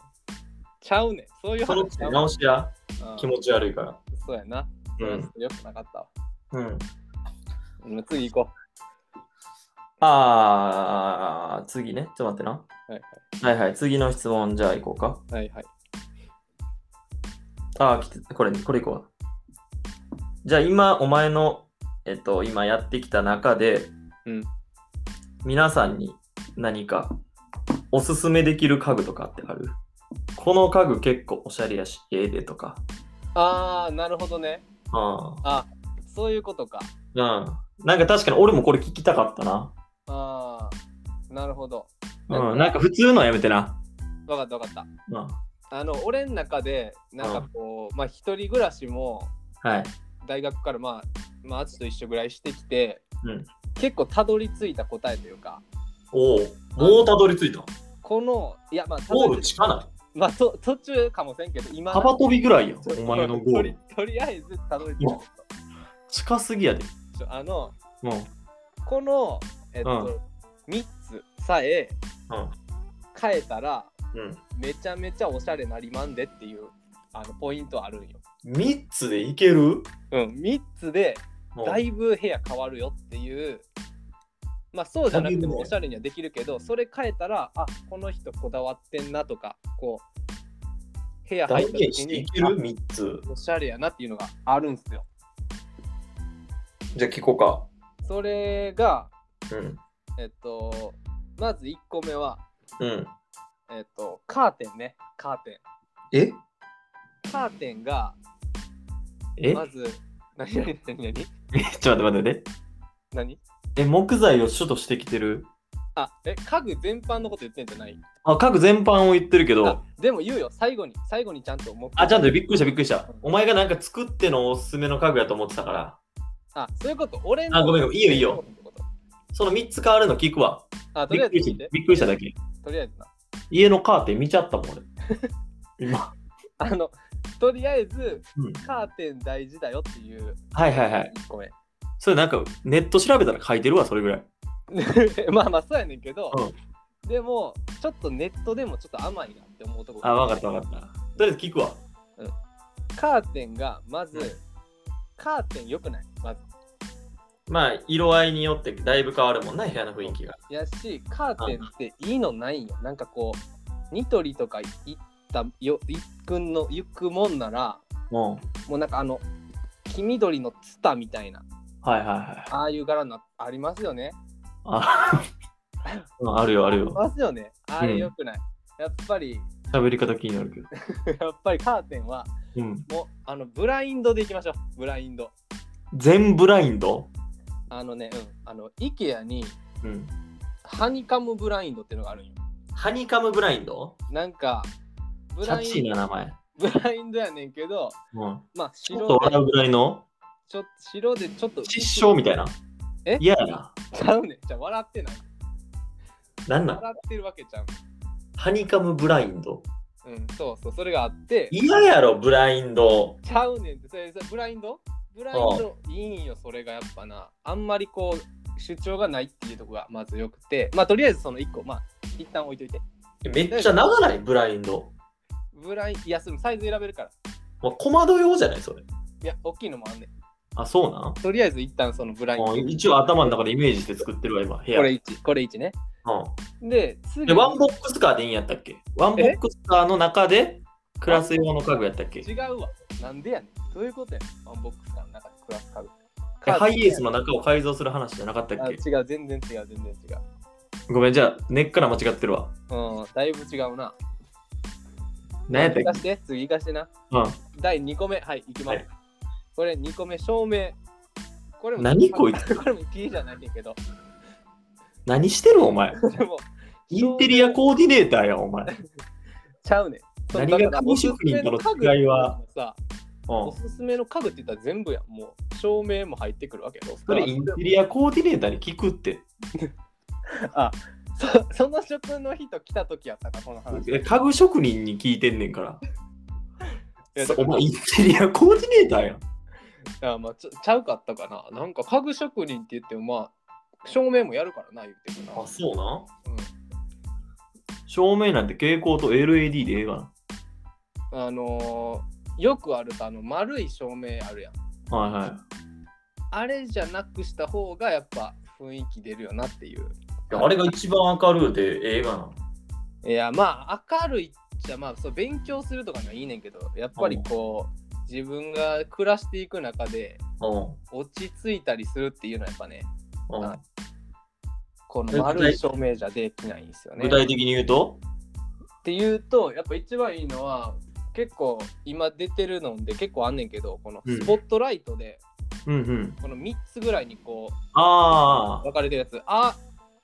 [SPEAKER 1] ちゃうねんそういう
[SPEAKER 2] その
[SPEAKER 1] 話
[SPEAKER 2] 口
[SPEAKER 1] ちゃ
[SPEAKER 2] で
[SPEAKER 1] うわ
[SPEAKER 2] 直しや、
[SPEAKER 1] うん
[SPEAKER 2] 気持ち悪いから。
[SPEAKER 1] そうやな
[SPEAKER 2] うん。
[SPEAKER 1] よくなかったわ
[SPEAKER 2] うん、
[SPEAKER 1] うん次行こ
[SPEAKER 2] あー、次ね。ちょっと待ってな。
[SPEAKER 1] はい
[SPEAKER 2] はいはい、次の質問じゃあ行こうか。
[SPEAKER 1] うはいはい
[SPEAKER 2] あー来て、これ、これ行こう。じゃあ今、お前の、えっと、今やってきた中で、
[SPEAKER 1] うん
[SPEAKER 2] 皆さんに何かおすすめできる家具とかってあるこの家具結構おしゃれやし、ええでとか。
[SPEAKER 1] ああなるほどね
[SPEAKER 2] うん。
[SPEAKER 1] そういうことか
[SPEAKER 2] うん。なんか確かに俺もこれ聞きたかったな。
[SPEAKER 1] ああ、なるほど。
[SPEAKER 2] うん。なんか普通のはやめてな。
[SPEAKER 1] わかったわかった。
[SPEAKER 2] うん。
[SPEAKER 1] あの、俺の中で、なんかこう、まあ、一人暮らしも、
[SPEAKER 2] はい。
[SPEAKER 1] 大学から、まあ、まあ、淳と一緒ぐらいしてきて、
[SPEAKER 2] うん
[SPEAKER 1] 結構たどり着いた答えというか、
[SPEAKER 2] おお、もうたどり着いた。
[SPEAKER 1] この、いや、まあ、た
[SPEAKER 2] ゴ
[SPEAKER 1] どり
[SPEAKER 2] ール
[SPEAKER 1] 着い
[SPEAKER 2] 近な
[SPEAKER 1] まあ、と途中かもせんけど、
[SPEAKER 2] い。
[SPEAKER 1] 今、
[SPEAKER 2] 幅跳びぐらいやん、
[SPEAKER 1] ちょ
[SPEAKER 2] お前のゴー
[SPEAKER 1] とり
[SPEAKER 2] ル。
[SPEAKER 1] とりあえずたどり着いた
[SPEAKER 2] 近すぎやで。
[SPEAKER 1] ちょあの、
[SPEAKER 2] うん。うん。
[SPEAKER 1] この、えっと、三つさえ変えたら、
[SPEAKER 2] うん。
[SPEAKER 1] めちゃめちゃおしゃれなりまんでっていう、あの、ポイントあるんよ。
[SPEAKER 2] 3つでいける
[SPEAKER 1] うん、3つで
[SPEAKER 2] うん
[SPEAKER 1] だいぶ部屋変わるよっていう、まあそうじゃなくて
[SPEAKER 2] だいぶ
[SPEAKER 1] も
[SPEAKER 2] ね
[SPEAKER 1] おしゃれにはできるけど、それ変えたら、あこの人こだわってんなとか、こう、部屋入
[SPEAKER 2] 大
[SPEAKER 1] った
[SPEAKER 2] 変
[SPEAKER 1] 時
[SPEAKER 2] してい
[SPEAKER 1] に、
[SPEAKER 2] ける ?3 つ。
[SPEAKER 1] あおしゃれやなっていうのがあるんすよ。
[SPEAKER 2] じゃあ聞こう
[SPEAKER 1] それが、
[SPEAKER 2] か。うん。
[SPEAKER 1] えっと、まず1個目は、
[SPEAKER 2] うん。
[SPEAKER 1] えっと、カーテンね、カーテ
[SPEAKER 2] え
[SPEAKER 1] ン。カーテンが、
[SPEAKER 2] え、
[SPEAKER 1] まず、何何何何
[SPEAKER 2] ちょっと待って待って。
[SPEAKER 1] 何
[SPEAKER 2] え、木材を主としてきてる
[SPEAKER 1] あ、え、家具全般のこと言ってんじゃない
[SPEAKER 2] あ、家具全般を言ってるけど
[SPEAKER 1] あ。でも言うよ、最後に、最後にちゃんと思って。
[SPEAKER 2] あ、ちゃんとびっくりしたびっくりした。お前がなんか作ってのおすすめの家具やと思ってたから。
[SPEAKER 1] あ、そういうこと。俺
[SPEAKER 2] あごめんごめんいいよいいよ。その3つ変わるの聞くわ。
[SPEAKER 1] あ、と
[SPEAKER 2] び
[SPEAKER 1] りあえ
[SPEAKER 2] っくり
[SPEAKER 1] ず
[SPEAKER 2] し
[SPEAKER 1] 聞い
[SPEAKER 2] た
[SPEAKER 1] て。
[SPEAKER 2] びっくりしただけ。
[SPEAKER 1] とりあえずな。
[SPEAKER 2] 家のカーテン見ちゃったもん俺。今。
[SPEAKER 1] あの、とりあえず、
[SPEAKER 2] うん
[SPEAKER 1] カーテン大事だよっていう。
[SPEAKER 2] はいはいはい。
[SPEAKER 1] 一個目。
[SPEAKER 2] それなんかネット調べたら書いてるわ、それぐらい。
[SPEAKER 1] [LAUGHS] まあまあ、そうやねんけど、でも、ちょっとネットでもちょっと甘いなって思うとこ
[SPEAKER 2] あ、わかったわかった。とりあえず聞くわ。
[SPEAKER 1] た。カーテンが、まず、
[SPEAKER 2] うん
[SPEAKER 1] カーテン良くないまず。
[SPEAKER 2] まあ、色合いによってだいぶ変わるもんな、部屋の雰囲気が。
[SPEAKER 1] やし、カーテンっていいのないんよ。なんかこう、ニトリとか行ったよ、行くの、行くもんなら、
[SPEAKER 2] も
[SPEAKER 1] もうなんかあの、黄緑のツタみたいな。
[SPEAKER 2] うん。はいはいはい。
[SPEAKER 1] ああいう柄のありますよね。
[SPEAKER 2] あ [LAUGHS] うんあるよある
[SPEAKER 1] あり
[SPEAKER 2] よ。
[SPEAKER 1] ますよね。あれ良くない。やっぱり [LAUGHS]
[SPEAKER 2] 喋り方気になるけど。
[SPEAKER 1] やっぱりカーテンは
[SPEAKER 2] うん。
[SPEAKER 1] もうあのブラインドでいきましょうブラインド
[SPEAKER 2] 全ブラインド
[SPEAKER 1] あのね、うん、あの IKEA に
[SPEAKER 2] うん。
[SPEAKER 1] ハニカムブラインドっていうのがあるんよ
[SPEAKER 2] ハニカムブラインド
[SPEAKER 1] なんかブ
[SPEAKER 2] チャ
[SPEAKER 1] ラ
[SPEAKER 2] ッチ
[SPEAKER 1] イ
[SPEAKER 2] ー
[SPEAKER 1] ン
[SPEAKER 2] な名前。
[SPEAKER 1] ブラインドやねんけど
[SPEAKER 2] うん。
[SPEAKER 1] まあ
[SPEAKER 2] ちょ
[SPEAKER 1] 白
[SPEAKER 2] っと
[SPEAKER 1] で
[SPEAKER 2] 笑うぐらいの
[SPEAKER 1] ちょ白でちょっと
[SPEAKER 2] 失笑みたいな。
[SPEAKER 1] え
[SPEAKER 2] 嫌やな。
[SPEAKER 1] ちゃうねんじゃあ笑ってない
[SPEAKER 2] なんなん
[SPEAKER 1] 笑ってるわけちゃ
[SPEAKER 2] ハニカムブラインド。
[SPEAKER 1] ううんそうそうそれがあって
[SPEAKER 2] 嫌やろ、ブラインド。
[SPEAKER 1] ちゃうねんってそれそれブラインドブラインドいいんよそれがやっぱなあんまりこう主張がないっていうとこがまずよくてまあとりあえずその1個まあ一旦置いといて
[SPEAKER 2] めっちゃ長ない、ブラインド。
[SPEAKER 1] ブラインいやそのサイズ選べるから
[SPEAKER 2] まあ、小窓用じゃない、それ。
[SPEAKER 1] いや大きいのもあんねん
[SPEAKER 2] あ、そうなん
[SPEAKER 1] とりあえず一旦そのブラインド
[SPEAKER 2] あ
[SPEAKER 1] こ
[SPEAKER 2] 一応頭の中でイメージして作ってるわ、今、部屋。
[SPEAKER 1] れ1これ1ね
[SPEAKER 2] う
[SPEAKER 1] で次
[SPEAKER 2] ん、で、ワンボックスカーでいいんやったっけワンボックスカーの中でクラス用の家具やったっけ
[SPEAKER 1] 違うわなんでやねんどういうことやねんワンボックスの中で暮らす家具
[SPEAKER 2] でハイエース
[SPEAKER 1] の
[SPEAKER 2] の中を改造する話じゃなかったっ
[SPEAKER 1] あ
[SPEAKER 2] け
[SPEAKER 1] 違う全然違う全然違う
[SPEAKER 2] ごめん、じゃあ、根っから間違ってるわ。
[SPEAKER 1] うんだいぶ違うな
[SPEAKER 2] 何やった
[SPEAKER 1] 行か
[SPEAKER 2] っけ
[SPEAKER 1] して次行かしてな
[SPEAKER 2] う
[SPEAKER 1] 第2個目はい行きます、
[SPEAKER 2] はい
[SPEAKER 1] これ2個目照明これも
[SPEAKER 2] ん。何こい
[SPEAKER 1] [LAUGHS]
[SPEAKER 2] つ
[SPEAKER 1] これもキーじゃないねんけど
[SPEAKER 2] 何してるお前。
[SPEAKER 1] でも
[SPEAKER 2] インテリアコーディネーターや、お前。
[SPEAKER 1] ちゃうねんそう
[SPEAKER 2] 何が
[SPEAKER 1] だから
[SPEAKER 2] 家具職人との
[SPEAKER 1] おすすめ家具
[SPEAKER 2] 違いは
[SPEAKER 1] さ
[SPEAKER 2] う
[SPEAKER 1] お
[SPEAKER 2] ん。
[SPEAKER 1] すすめの家具って言ったら全部やんもう照明も入ってくるわけよ
[SPEAKER 2] それインテリアコーディネーターに聞くって。
[SPEAKER 1] そ [LAUGHS] その職の人来た時やったかこの話
[SPEAKER 2] え家具職人に聞いてんねんから。
[SPEAKER 1] いや
[SPEAKER 2] そ
[SPEAKER 1] だか
[SPEAKER 2] お
[SPEAKER 1] ら
[SPEAKER 2] 前、インテリアコーディネーターやん。
[SPEAKER 1] あまあ、ちょちゃうかったかな。なんか家具職人って言ってもまあ、照明もやるからな、言ってるな。
[SPEAKER 2] あ、そうなん
[SPEAKER 1] うん
[SPEAKER 2] 照明なんて蛍光と LED でええが
[SPEAKER 1] あのーよくあるとあの丸い照明あるやん。
[SPEAKER 2] な。はいはい。
[SPEAKER 1] あれじゃなくした方がやっぱ雰囲気出るよなっていう。
[SPEAKER 2] いやあれが一番明るいでええがな。
[SPEAKER 1] いや、まあ明るいっちゃ、まあそう勉強するとかにはいいねんけど、やっぱりこう、自分が暮らしていく中で
[SPEAKER 2] う
[SPEAKER 1] 落ち着いたりするっていうのはやっぱね、
[SPEAKER 2] ん。うん
[SPEAKER 1] あこの丸い照明じゃできないんですよね。
[SPEAKER 2] 具体的に言うと、
[SPEAKER 1] っていうとやっぱ一番いいのは結構今出てるので結構あんねんけどこの
[SPEAKER 2] うん
[SPEAKER 1] スポットライトで、
[SPEAKER 2] うんうん。
[SPEAKER 1] この3つぐらいにこう
[SPEAKER 2] あ
[SPEAKER 1] 分かれてるやつあ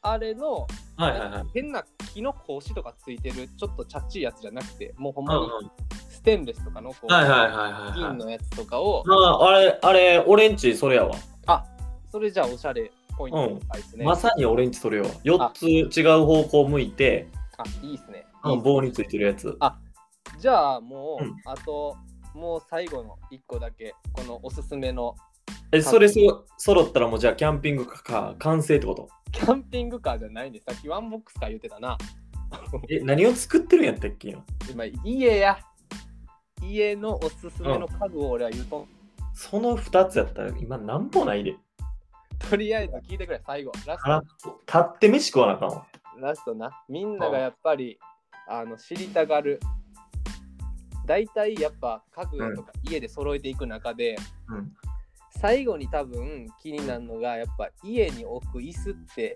[SPEAKER 1] あれの
[SPEAKER 2] あ、はいはいはい。
[SPEAKER 1] 変な木の格子とかついてるちょっとチャッチいやつじゃなくてもうほん
[SPEAKER 2] うん
[SPEAKER 1] ま
[SPEAKER 2] う
[SPEAKER 1] に
[SPEAKER 2] ん
[SPEAKER 1] ステンレスとかのこう、
[SPEAKER 2] はいはいはいはいはい
[SPEAKER 1] 銀。のやつとかを
[SPEAKER 2] あああれ、あれ、オレンジそれやわ。
[SPEAKER 1] それじゃあおしゃれポイントのあれですね、
[SPEAKER 2] まさにオレンジそれやわ。4つ違う方向向いて、
[SPEAKER 1] あいいっすね
[SPEAKER 2] あの棒についてるやつ。
[SPEAKER 1] あじゃあもう、
[SPEAKER 2] うん
[SPEAKER 1] あともう最後の1個だけこのおすすめの
[SPEAKER 2] え、それそ揃ったらもうじゃあキャンピングカー完成ってこと
[SPEAKER 1] キャンピングカーじゃないねさっきワンボックスカー言ってたな
[SPEAKER 2] え、何を作ってるんやったっけ今
[SPEAKER 1] 今家や家のおすすめの家具を俺は言うと、
[SPEAKER 2] その2つやったら今なんもないで。
[SPEAKER 1] とりあえず聞いてくれ最後ラス
[SPEAKER 2] 腹立って飯食わなあかんわ。
[SPEAKER 1] トラストなみんながやっぱりあの知りたがる大体やっぱ家具とか家で揃えていく中で、
[SPEAKER 2] うん
[SPEAKER 1] 最後に多分気になるのがやっぱ家に置く椅子って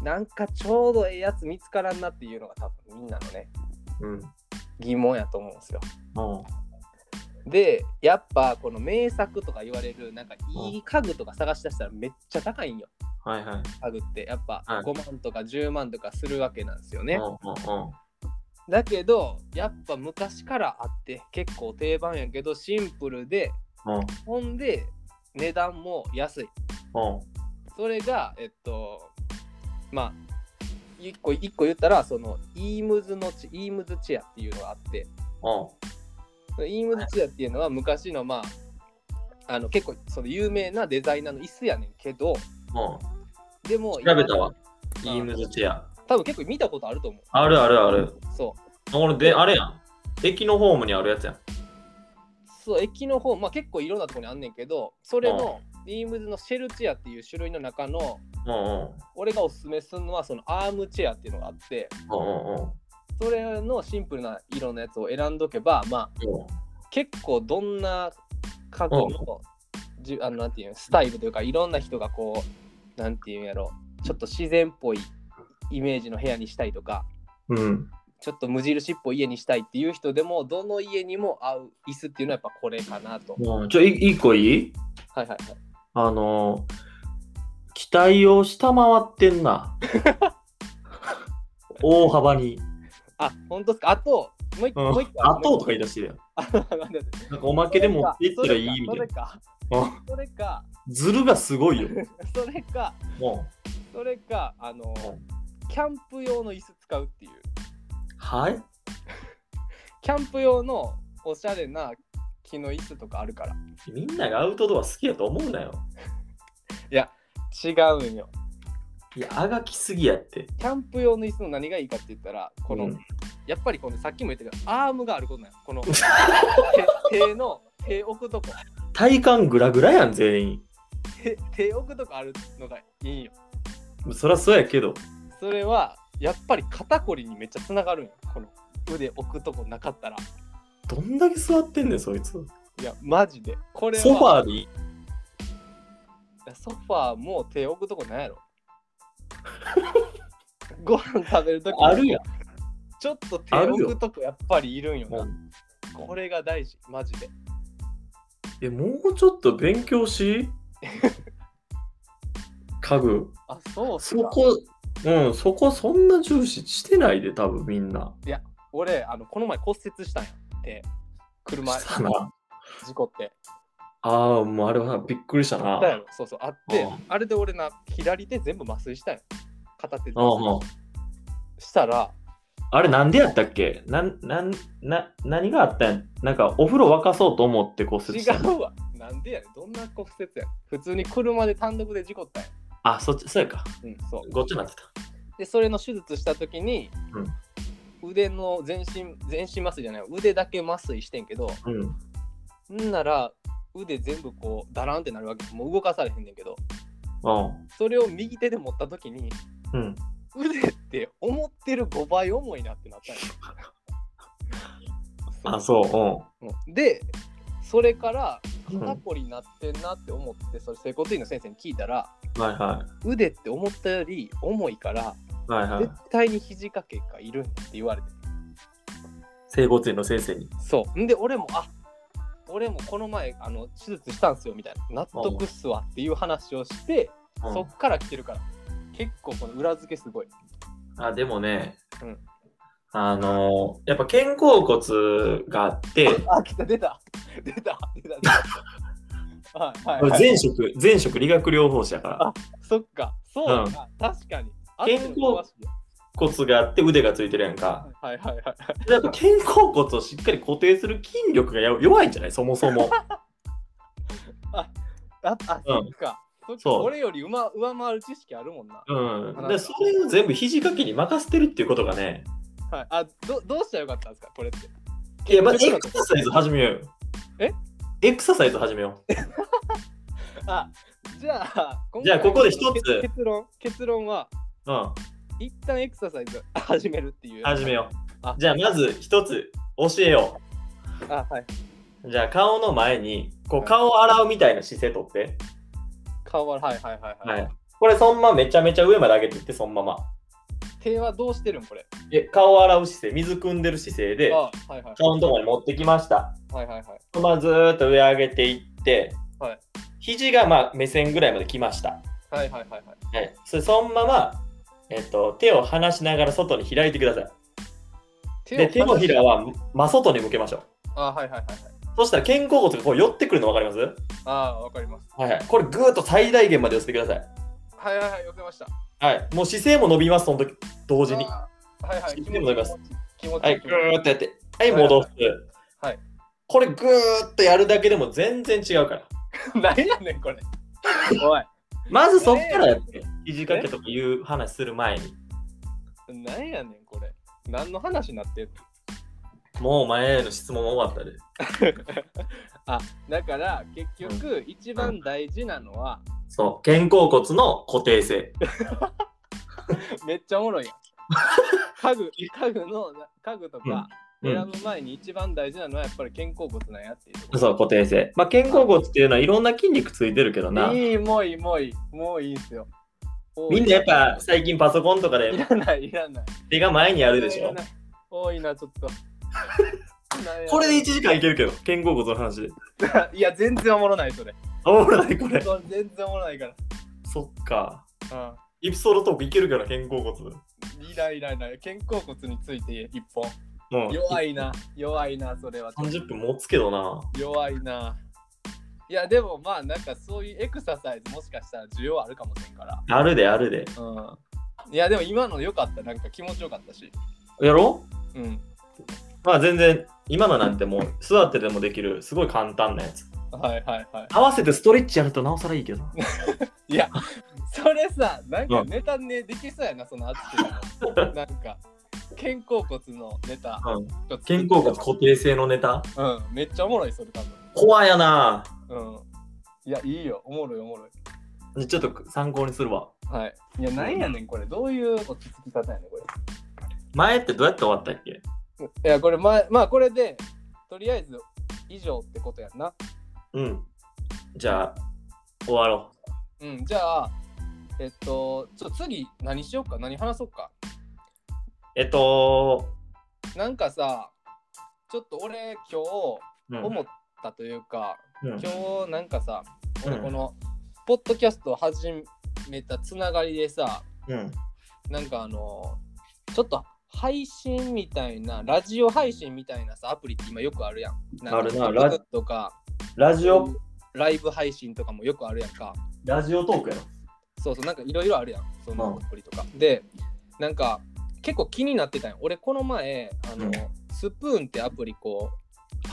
[SPEAKER 1] なんかちょうどええやつ見つからんなっていうのが多分みんなのね
[SPEAKER 2] うん。
[SPEAKER 1] 疑問やと思うんですよ
[SPEAKER 2] うん
[SPEAKER 1] でやっぱこの名作とか言われるなんかいい家具とか探し出したらめっちゃ高いんよ
[SPEAKER 2] はいはい。
[SPEAKER 1] 家具ってやっぱ
[SPEAKER 2] はい
[SPEAKER 1] 5万とか10万とかするわけなんですよね、
[SPEAKER 2] うんうんうん
[SPEAKER 1] だけどやっぱ昔からあって結構定番やけどシンプルで
[SPEAKER 2] うんうん
[SPEAKER 1] ほんで値段も安いそれがえっとまあ1個一個言ったらそのイームズのチイームズチェアっていうのがあって
[SPEAKER 2] うん
[SPEAKER 1] イームズチェアっていうのは昔のまああの結構その有名なデザイナーの椅子やねんけど
[SPEAKER 2] う
[SPEAKER 1] でも
[SPEAKER 2] ん。調べたわ。イ
[SPEAKER 1] 今
[SPEAKER 2] ームズチェア。
[SPEAKER 1] 多分結構見たことあると思う
[SPEAKER 2] あるあるある。
[SPEAKER 1] そう
[SPEAKER 2] 俺で、あれやん。駅のホームにあるやつやん。
[SPEAKER 1] そう駅の方まあ結構いろんなとこにあんねんけどそれのイームズのシェルチェアっていう種類の中の
[SPEAKER 2] うんうん。
[SPEAKER 1] 俺がおすすめするのはそのアームチェアっていうのがあって
[SPEAKER 2] うんうんうん。
[SPEAKER 1] それのシンプルな色のやつを選んどけばまあ結構どんな家具のじゅあのなんていうのスタイルというかいろんな人がこうなんていうんやろちょっと自然っぽいイメージの部屋にしたいとか
[SPEAKER 2] うん。
[SPEAKER 1] ちょっと無印っぽい家にしたいっていう人でもどの家にも合う椅子っていうのはやっぱこれかなと。
[SPEAKER 2] うん、ちょ、い一個いい
[SPEAKER 1] はいはいはい。
[SPEAKER 2] あのー、期待を下回ってん
[SPEAKER 1] [LAUGHS]
[SPEAKER 2] な。大幅に。
[SPEAKER 1] あ本当ですかあともう一
[SPEAKER 2] う
[SPEAKER 1] 個、
[SPEAKER 2] ん、
[SPEAKER 1] もう
[SPEAKER 2] 圧
[SPEAKER 1] 一個
[SPEAKER 2] 倒とか言い
[SPEAKER 1] い [LAUGHS]
[SPEAKER 2] 出してるやん。
[SPEAKER 1] だ。
[SPEAKER 2] なんかおまけでもっていったらいいみたいな。
[SPEAKER 1] な。
[SPEAKER 2] うん
[SPEAKER 1] それか
[SPEAKER 2] ズルがすごいよ。
[SPEAKER 1] それか
[SPEAKER 2] もう。
[SPEAKER 1] それかあの
[SPEAKER 2] うん
[SPEAKER 1] キャンプ用の椅子使うっていう
[SPEAKER 2] はい
[SPEAKER 1] キャンプ用のおしゃれな木の椅子とかあるから
[SPEAKER 2] みんながアウトドア好きやと思うなよ。
[SPEAKER 1] 違うんよ
[SPEAKER 2] いや、あがきすぎやって。
[SPEAKER 1] キャンプ用の椅子の何がいいかって言ったらこの、
[SPEAKER 2] うん
[SPEAKER 1] やっぱりこのさっきも言ったけどアームがあることなんよこ
[SPEAKER 2] [LAUGHS]
[SPEAKER 1] の手手の手置くとこ
[SPEAKER 2] 体感グラグラやん、全員。
[SPEAKER 1] 手手置くとこあるのがいいんよ
[SPEAKER 2] そりゃそうやけど。
[SPEAKER 1] それはやっぱり肩こりにめっちゃつながるんよこの腕置くとこなかったら
[SPEAKER 2] どんだけ座ってんねん、そいつ。
[SPEAKER 1] いやマジでこれは
[SPEAKER 2] ソファーでいい
[SPEAKER 1] いやソファーも手置くとこなんやろ [LAUGHS] ご飯食べるとき
[SPEAKER 2] あるやん。
[SPEAKER 1] ちょっと手置くとこやっぱりいるんよ
[SPEAKER 2] う
[SPEAKER 1] なんこれが大事マジで
[SPEAKER 2] え、もうちょっと勉強
[SPEAKER 1] [LAUGHS]
[SPEAKER 2] し家具。
[SPEAKER 1] あそうっす
[SPEAKER 2] そ
[SPEAKER 1] か
[SPEAKER 2] こ、うん、そこそんな重視してないで、多分みんな。
[SPEAKER 1] 俺あのこの前骨折したんや手車
[SPEAKER 2] したな。
[SPEAKER 1] 事故って
[SPEAKER 2] ああ、もうあれはびっくりした
[SPEAKER 1] あ
[SPEAKER 2] な。
[SPEAKER 1] ったやろそうそうあって
[SPEAKER 2] うん
[SPEAKER 1] あれで俺な左手全部麻酔したんや片手で
[SPEAKER 2] うんうん
[SPEAKER 1] したら
[SPEAKER 2] あれなんでやったっけなん、なん、な、何があったんなんかお風呂沸かそうと思って骨折
[SPEAKER 1] 違
[SPEAKER 2] したの。
[SPEAKER 1] うわなんでやねんどんな骨折やねん普通に車で単独で事故ったんや
[SPEAKER 2] あ、そっち、そうやか。
[SPEAKER 1] うんそう
[SPEAKER 2] ごっちゃになってた。
[SPEAKER 1] でそれの手術した時に、腕の全身全身麻酔じゃない腕だけ麻酔してんけど
[SPEAKER 2] うん。
[SPEAKER 1] んなら腕全部こうダランってなるわけもう動かされへんねんけど
[SPEAKER 2] うん。
[SPEAKER 1] それを右手で持った時に
[SPEAKER 2] うん。
[SPEAKER 1] 腕って思ってる5倍重いなってなったんよ
[SPEAKER 2] [LAUGHS] あ、そ
[SPEAKER 1] うんでそれから
[SPEAKER 2] う。うん。
[SPEAKER 1] 肩こりになってんなって思って、それ整骨院の先生に聞いたら
[SPEAKER 2] はいは
[SPEAKER 1] 腕って思ったより重いから
[SPEAKER 2] い。はいはい
[SPEAKER 1] 絶。対に肘掛けがいるんだって言われて
[SPEAKER 2] 整骨院の先生に。
[SPEAKER 1] そうんで俺もあ俺もこの前あの手術したんすよみたいな納得っすわっていう話をして、
[SPEAKER 2] うん
[SPEAKER 1] そっから来てるから結構この裏付けすごい
[SPEAKER 2] あ、でもね、
[SPEAKER 1] うん
[SPEAKER 2] あのーやっぱ肩甲骨があって、
[SPEAKER 1] あ来た出た [LAUGHS] 出た出た出たはいはい、はい、
[SPEAKER 2] 前職、前職理学療法士だから
[SPEAKER 1] あ、そっかそうだな、確かに
[SPEAKER 2] 健康
[SPEAKER 1] あっても詳しいよ
[SPEAKER 2] 骨があって腕がついてるやんか。
[SPEAKER 1] はいはいはい
[SPEAKER 2] やっぱ肩甲骨をしっかり固定する筋力がや弱いんじゃないそも
[SPEAKER 1] [LAUGHS]
[SPEAKER 2] そも。
[SPEAKER 1] ああ、
[SPEAKER 2] うん
[SPEAKER 1] そっかそっか
[SPEAKER 2] そう
[SPEAKER 1] 俺より上上回る知識あるもんな、
[SPEAKER 2] うん。で、それを全部肘掛けに任せてるっていうことがね、
[SPEAKER 1] はい、あどどうしたらよかったんですかこれって
[SPEAKER 2] いや、まずエクササイズ始めようよ。
[SPEAKER 1] え
[SPEAKER 2] エクササイズ始めよう。
[SPEAKER 1] あじゃあ今回
[SPEAKER 2] じゃあここで一つ
[SPEAKER 1] 結結論結論は
[SPEAKER 2] うん。
[SPEAKER 1] 一旦エクササイズ始めるっていう。
[SPEAKER 2] 始めよ
[SPEAKER 1] あ
[SPEAKER 2] う。じゃあ、まず一つ教えよ
[SPEAKER 1] う。あ、はい。
[SPEAKER 2] う。じゃあ、顔の前に、こう、顔を洗うみたいな姿勢とって。
[SPEAKER 1] 顔は、はいはいはい、は
[SPEAKER 2] はいい。これ、そのままめちゃめちゃ上まで上げていって、そのまま。
[SPEAKER 1] 手はどうしてるんこれ。
[SPEAKER 2] え、顔を洗う姿勢、水汲んでる姿勢で
[SPEAKER 1] あ、、はいはい。
[SPEAKER 2] 顔のところに持ってきました。
[SPEAKER 1] はいはいはい。
[SPEAKER 2] まあずーっと上上げていって、
[SPEAKER 1] はい
[SPEAKER 2] 肘がまあ目線ぐらいまで来ました。
[SPEAKER 1] はいはいはいはい。
[SPEAKER 2] はい、それそのまま、えっと、手を離しながら外に開いてください。
[SPEAKER 1] 手
[SPEAKER 2] で手のひら
[SPEAKER 1] は。
[SPEAKER 2] は真外に向けましょう。
[SPEAKER 1] あ、はいはいはいはい。
[SPEAKER 2] そしたら肩甲骨がこう寄ってくるの分かります
[SPEAKER 1] あー、わかります。
[SPEAKER 2] はいはい。これぐーっと最大限まで寄せてください。
[SPEAKER 1] はいはいはい、よけました。
[SPEAKER 2] はい。もう姿勢も伸びます、その時、同時に。は
[SPEAKER 1] あーはいはい。
[SPEAKER 2] 気持ちいいと思います
[SPEAKER 1] 気持ちいい。気持ち
[SPEAKER 2] い、ぐーっとやって。はい、戻す。
[SPEAKER 1] はい。
[SPEAKER 2] これぐーっとやるだけでも全然違うから。
[SPEAKER 1] 何やねんこれ。おい。
[SPEAKER 2] まずそっからやって。肘掛けとかいう話する前に。
[SPEAKER 1] 何やねんこれ。何の話になってんの
[SPEAKER 2] もうお前への質問も終わったで。
[SPEAKER 1] あ、だから結局一番大事なのは、
[SPEAKER 2] そう、肩甲骨の固定性。
[SPEAKER 1] めっちゃおもろ
[SPEAKER 2] [LAUGHS]
[SPEAKER 1] いやん。家具、家具のな家具とか。
[SPEAKER 2] う
[SPEAKER 1] 選
[SPEAKER 2] ん、
[SPEAKER 1] ぶ前に一番大事なのはやっぱり肩甲骨なんやっていうとこ
[SPEAKER 2] そう、固定性。まあ、肩甲骨っていうのはいろんな筋肉ついてるけどな。
[SPEAKER 1] いいもういいもういいもういいんすよ
[SPEAKER 2] みんなやっぱ
[SPEAKER 1] い
[SPEAKER 2] 最近パソコンとからで
[SPEAKER 1] ないいらない
[SPEAKER 2] 手が前にあ
[SPEAKER 1] あ
[SPEAKER 2] るでしょ。
[SPEAKER 1] 多いな、ちょっ
[SPEAKER 2] [LAUGHS]
[SPEAKER 1] と。
[SPEAKER 2] これで1時間いけるけど、肩甲骨の話で。
[SPEAKER 1] なんやいや、全然おもろない、それ。
[SPEAKER 2] おもろ [LAUGHS] ないこれ。
[SPEAKER 1] それ全然おもろないか
[SPEAKER 2] そっか。
[SPEAKER 1] ら。
[SPEAKER 2] エピソードトークいけるから、肩甲骨。
[SPEAKER 1] うん。いないいないいない。肩甲骨について一本。
[SPEAKER 2] もう
[SPEAKER 1] 弱いな、弱いな、それは。
[SPEAKER 2] 30分持つけどな。
[SPEAKER 1] 弱いな。いや、でもまあ、なんかそういうエクササイズもしかしたら需要あるかもしれんから。
[SPEAKER 2] あるであるで。
[SPEAKER 1] うん。いや、でも今の良かった。なんか気持ちよかったし。
[SPEAKER 2] やろ
[SPEAKER 1] うん。
[SPEAKER 2] まあ全然、今のなんてもう座ってでもできる、すごい簡単なやつ。
[SPEAKER 1] はいはいはい。
[SPEAKER 2] 合わせてストレッチやるとなおさらいいけど。
[SPEAKER 1] いや、それさ、なんか
[SPEAKER 2] うん
[SPEAKER 1] ネタね、できそうやな、その熱くの。
[SPEAKER 2] [LAUGHS]
[SPEAKER 1] なんか、肩甲骨のネタ。
[SPEAKER 2] うん
[SPEAKER 1] ちょっと作って
[SPEAKER 2] 肩甲骨固定性のネタ
[SPEAKER 1] うん、めっちゃおもろい、それ多
[SPEAKER 2] 怖やな。
[SPEAKER 1] 分。うん。いや、いいよ、おもろいおもろい。
[SPEAKER 2] ちょっと参考にするわ。
[SPEAKER 1] はい。いや、なんやねん、これ。どういう落ち着き方やねん、こ
[SPEAKER 2] 前ってどうやって終わったっけ
[SPEAKER 1] れ。いや、これ、まあ、まあ、これで、とりあえず、以上ってことやんな。
[SPEAKER 2] うん。じゃあ、終わろ
[SPEAKER 1] うん、じゃあ、えっと、ちょ次、何しようか、何話そうか。
[SPEAKER 2] う。えっと、
[SPEAKER 1] なんかさ、ちょっと俺、今日、
[SPEAKER 2] うん
[SPEAKER 1] 思ったというか、
[SPEAKER 2] うん
[SPEAKER 1] 今日なんかさ、俺
[SPEAKER 2] うん
[SPEAKER 1] このポッドキャストを始めたつながりでさ
[SPEAKER 2] うん。
[SPEAKER 1] なんかあのちょっと配信みたいなラジオ配信みたいなさアプリって今よくあるやん。んか
[SPEAKER 2] あるな
[SPEAKER 1] TikTok とか
[SPEAKER 2] ラジオ、
[SPEAKER 1] ライブ配信とかもよくあるやんか。
[SPEAKER 2] ラジオトークやろ。
[SPEAKER 1] そうそうなんかいろいろあるやんその
[SPEAKER 2] うん
[SPEAKER 1] アプリとか。でなんか結構気になってたんよ。俺この前あの、
[SPEAKER 2] うん
[SPEAKER 1] スプーンってアプリこ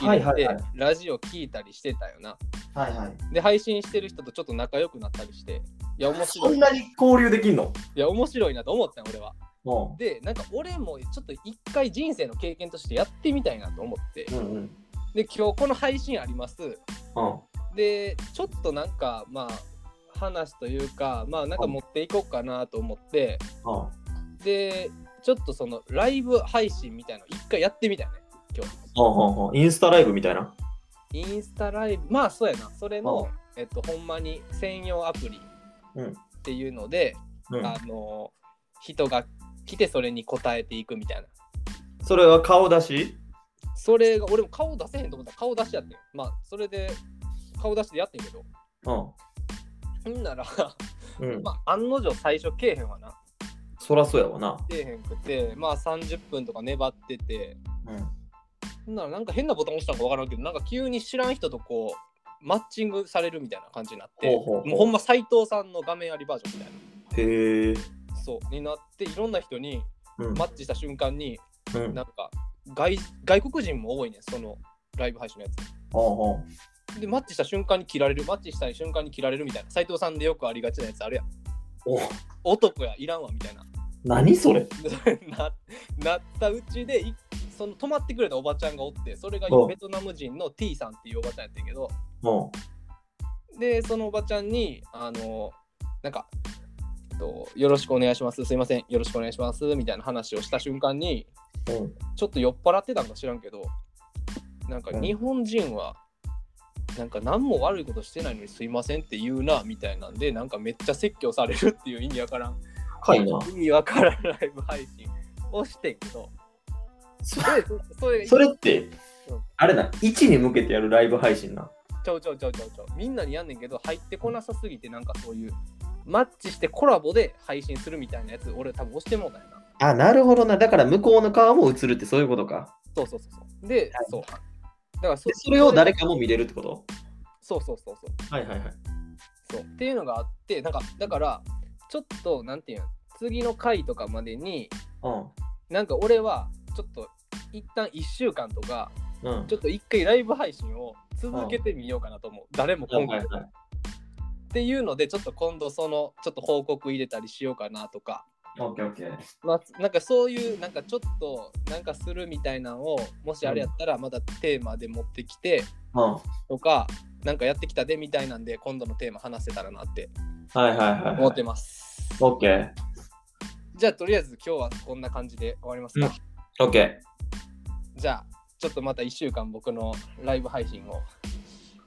[SPEAKER 1] う
[SPEAKER 2] は
[SPEAKER 1] 入
[SPEAKER 2] い
[SPEAKER 1] れ
[SPEAKER 2] はい
[SPEAKER 1] て
[SPEAKER 2] はい
[SPEAKER 1] ラジオ聞いたりしてたよな。
[SPEAKER 2] はいはい。
[SPEAKER 1] で配信してる人とちょっと仲良くなったりしていや面
[SPEAKER 2] そ
[SPEAKER 1] 白い
[SPEAKER 2] んなに交流できんの
[SPEAKER 1] いや面白いなと思ったん俺は
[SPEAKER 2] も
[SPEAKER 1] でなんか俺もちょっと一回人生の経験としてやってみたいなと思って
[SPEAKER 2] うん。うんうん。うん。
[SPEAKER 1] で今日この配信ありますでちょっとなんかまあ話というかまあなんか持っていこうかなと思って
[SPEAKER 2] うん。
[SPEAKER 1] でちょっとそのライブ配信みたいの一回やってみたよね今日
[SPEAKER 2] ほうほうほうインスタライブみたいな。
[SPEAKER 1] インスタライブまあそうやなそれ
[SPEAKER 2] う
[SPEAKER 1] の
[SPEAKER 2] ん、
[SPEAKER 1] えっと、ほんまに専用アプリ
[SPEAKER 2] うん
[SPEAKER 1] っていうので、
[SPEAKER 2] うん
[SPEAKER 1] あの人が来てそれに答えていくみたいな
[SPEAKER 2] それは顔出し
[SPEAKER 1] それが俺も顔出せへんと思ったら顔出しやってんまあそれで顔出してやってんけど
[SPEAKER 2] うん。
[SPEAKER 1] ほんなら、 [LAUGHS]
[SPEAKER 2] うん。
[SPEAKER 1] まあ、案の定最初けえへんわな
[SPEAKER 2] そらそうやわな。
[SPEAKER 1] けえへんくてまあ30分とか粘ってて
[SPEAKER 2] うん。
[SPEAKER 1] ほんならなんか変なボタン押したのかわからんけどなんか急に知らん人とこうマッチングされるみたいな感じになって
[SPEAKER 2] ほうほうほう
[SPEAKER 1] もうほんま斎藤さんの画面ありバージョンみたい
[SPEAKER 2] へえ。
[SPEAKER 1] なそうになっていろんな人に
[SPEAKER 2] うん
[SPEAKER 1] マッチした瞬間に
[SPEAKER 2] うん。
[SPEAKER 1] なんか外外国人も多いねそのライブ配信のやつ
[SPEAKER 2] ほう
[SPEAKER 1] でマッチした瞬間に切られるマッチした瞬間に切られるみたいな斎藤さんでよくありがちなやつあるやん
[SPEAKER 2] ほうお
[SPEAKER 1] 男やいらんわみたいな [LAUGHS]
[SPEAKER 2] 何それ
[SPEAKER 1] でそれななったうちでいその泊まってくれたおばちゃんがおってそれが
[SPEAKER 2] うん
[SPEAKER 1] ベトナム人の T さんっていうおばちゃんやってんけど
[SPEAKER 2] も
[SPEAKER 1] でそのおばちゃんにあのなんか、えっと「よろしくお願いしますすいませんよろしくお願いします」みたいな話をした瞬間に
[SPEAKER 2] う。うん。
[SPEAKER 1] ちょっと酔っ払ってたんか知らんけどなんか
[SPEAKER 2] うん
[SPEAKER 1] 日本人はなんか何も悪いことしてないのにすいませんって言うなみたいなんでなんかめっちゃ説教されるっていう意味わからん
[SPEAKER 2] 深いな。
[SPEAKER 1] 意味わからんライブ配信をしてんけど
[SPEAKER 2] そ
[SPEAKER 1] でそそれ
[SPEAKER 2] それって
[SPEAKER 1] うん、
[SPEAKER 2] あれな、位置に向けてやるライブ配信な。
[SPEAKER 1] ちょうちょうちょうちょうちょうみんなにやんねんけど入ってこなさすぎてなんかそういうマッチしてコラボで配信するみたいなやつ俺多分押してもうたんやな
[SPEAKER 2] あ、なるほどな。だから向こうの顔も映るってそういうことか。
[SPEAKER 1] そうそうそうそうで、
[SPEAKER 2] はい
[SPEAKER 1] そうだからそ
[SPEAKER 2] でそれを誰かも見れるってこと
[SPEAKER 1] そうそうそうそう
[SPEAKER 2] はいはいはい。
[SPEAKER 1] そうっていうのがあってなんかだからちょっとなんていうの次の回とかまでに
[SPEAKER 2] う
[SPEAKER 1] なんか俺はちょっと一旦1週間とか
[SPEAKER 2] ん。うん。
[SPEAKER 1] ちょっと1回ライブ配信を続けてみようかなと思う、誰も今
[SPEAKER 2] はい
[SPEAKER 1] 回、
[SPEAKER 2] はいは
[SPEAKER 1] っ
[SPEAKER 2] い
[SPEAKER 1] ていうのでちょっと今度そのちょっと報告入れたりしようかなとか、
[SPEAKER 2] オッケーオッケー。
[SPEAKER 1] まあ、なんかそういうなんかちょっとなんかするみたいなのをもしあれやったらまたテーマで持ってきて
[SPEAKER 2] うん。
[SPEAKER 1] とかなんかやってきたでみたいなんで今度のテーマ話せたらなって
[SPEAKER 2] はいはいはい。
[SPEAKER 1] 思ってます。
[SPEAKER 2] オッケー。
[SPEAKER 1] じゃあとりあえず今日はこんな感じで終わりますか。
[SPEAKER 2] オッケー。
[SPEAKER 1] じゃあちょっとまた1週間僕のライブ配信を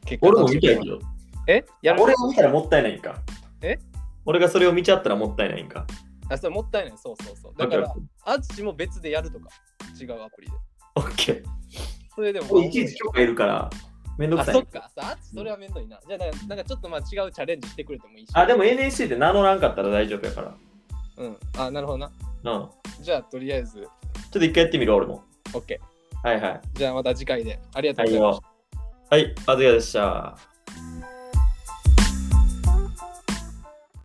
[SPEAKER 1] 結
[SPEAKER 2] 俺も見たいけ
[SPEAKER 1] ど。
[SPEAKER 2] ど。
[SPEAKER 1] えやる
[SPEAKER 2] 俺が見たらもったいないんか。
[SPEAKER 1] え
[SPEAKER 2] 俺がそれを見ちゃったらもったいないんか。
[SPEAKER 1] あそれもったいない。そうそうそう。だから
[SPEAKER 2] オッケーオッケ
[SPEAKER 1] アーチも別でやるとか。違うアプリで。
[SPEAKER 2] オッケ
[SPEAKER 1] それでも。
[SPEAKER 2] ー。いちいち許可いるから、めんどく
[SPEAKER 1] あ、
[SPEAKER 2] さ
[SPEAKER 1] そっ
[SPEAKER 2] い。
[SPEAKER 1] か。さあ、それはめんどいな。じゃあ、なんかなんかちょっとまあ違うチャレンジしてくれてもいいし。
[SPEAKER 2] あ、でも NSC で名乗らんかったら大丈夫やから。うん。
[SPEAKER 1] うん。あ、なるほどな。
[SPEAKER 2] ちょ
[SPEAKER 1] じゃあ、とりあえず、
[SPEAKER 2] っと一回やってみる、俺も。
[SPEAKER 1] OK。
[SPEAKER 2] はいはい。
[SPEAKER 1] じゃあ、また次回で。ありがとうござい
[SPEAKER 2] はい
[SPEAKER 1] ました。
[SPEAKER 2] よ。はい、あずやでした。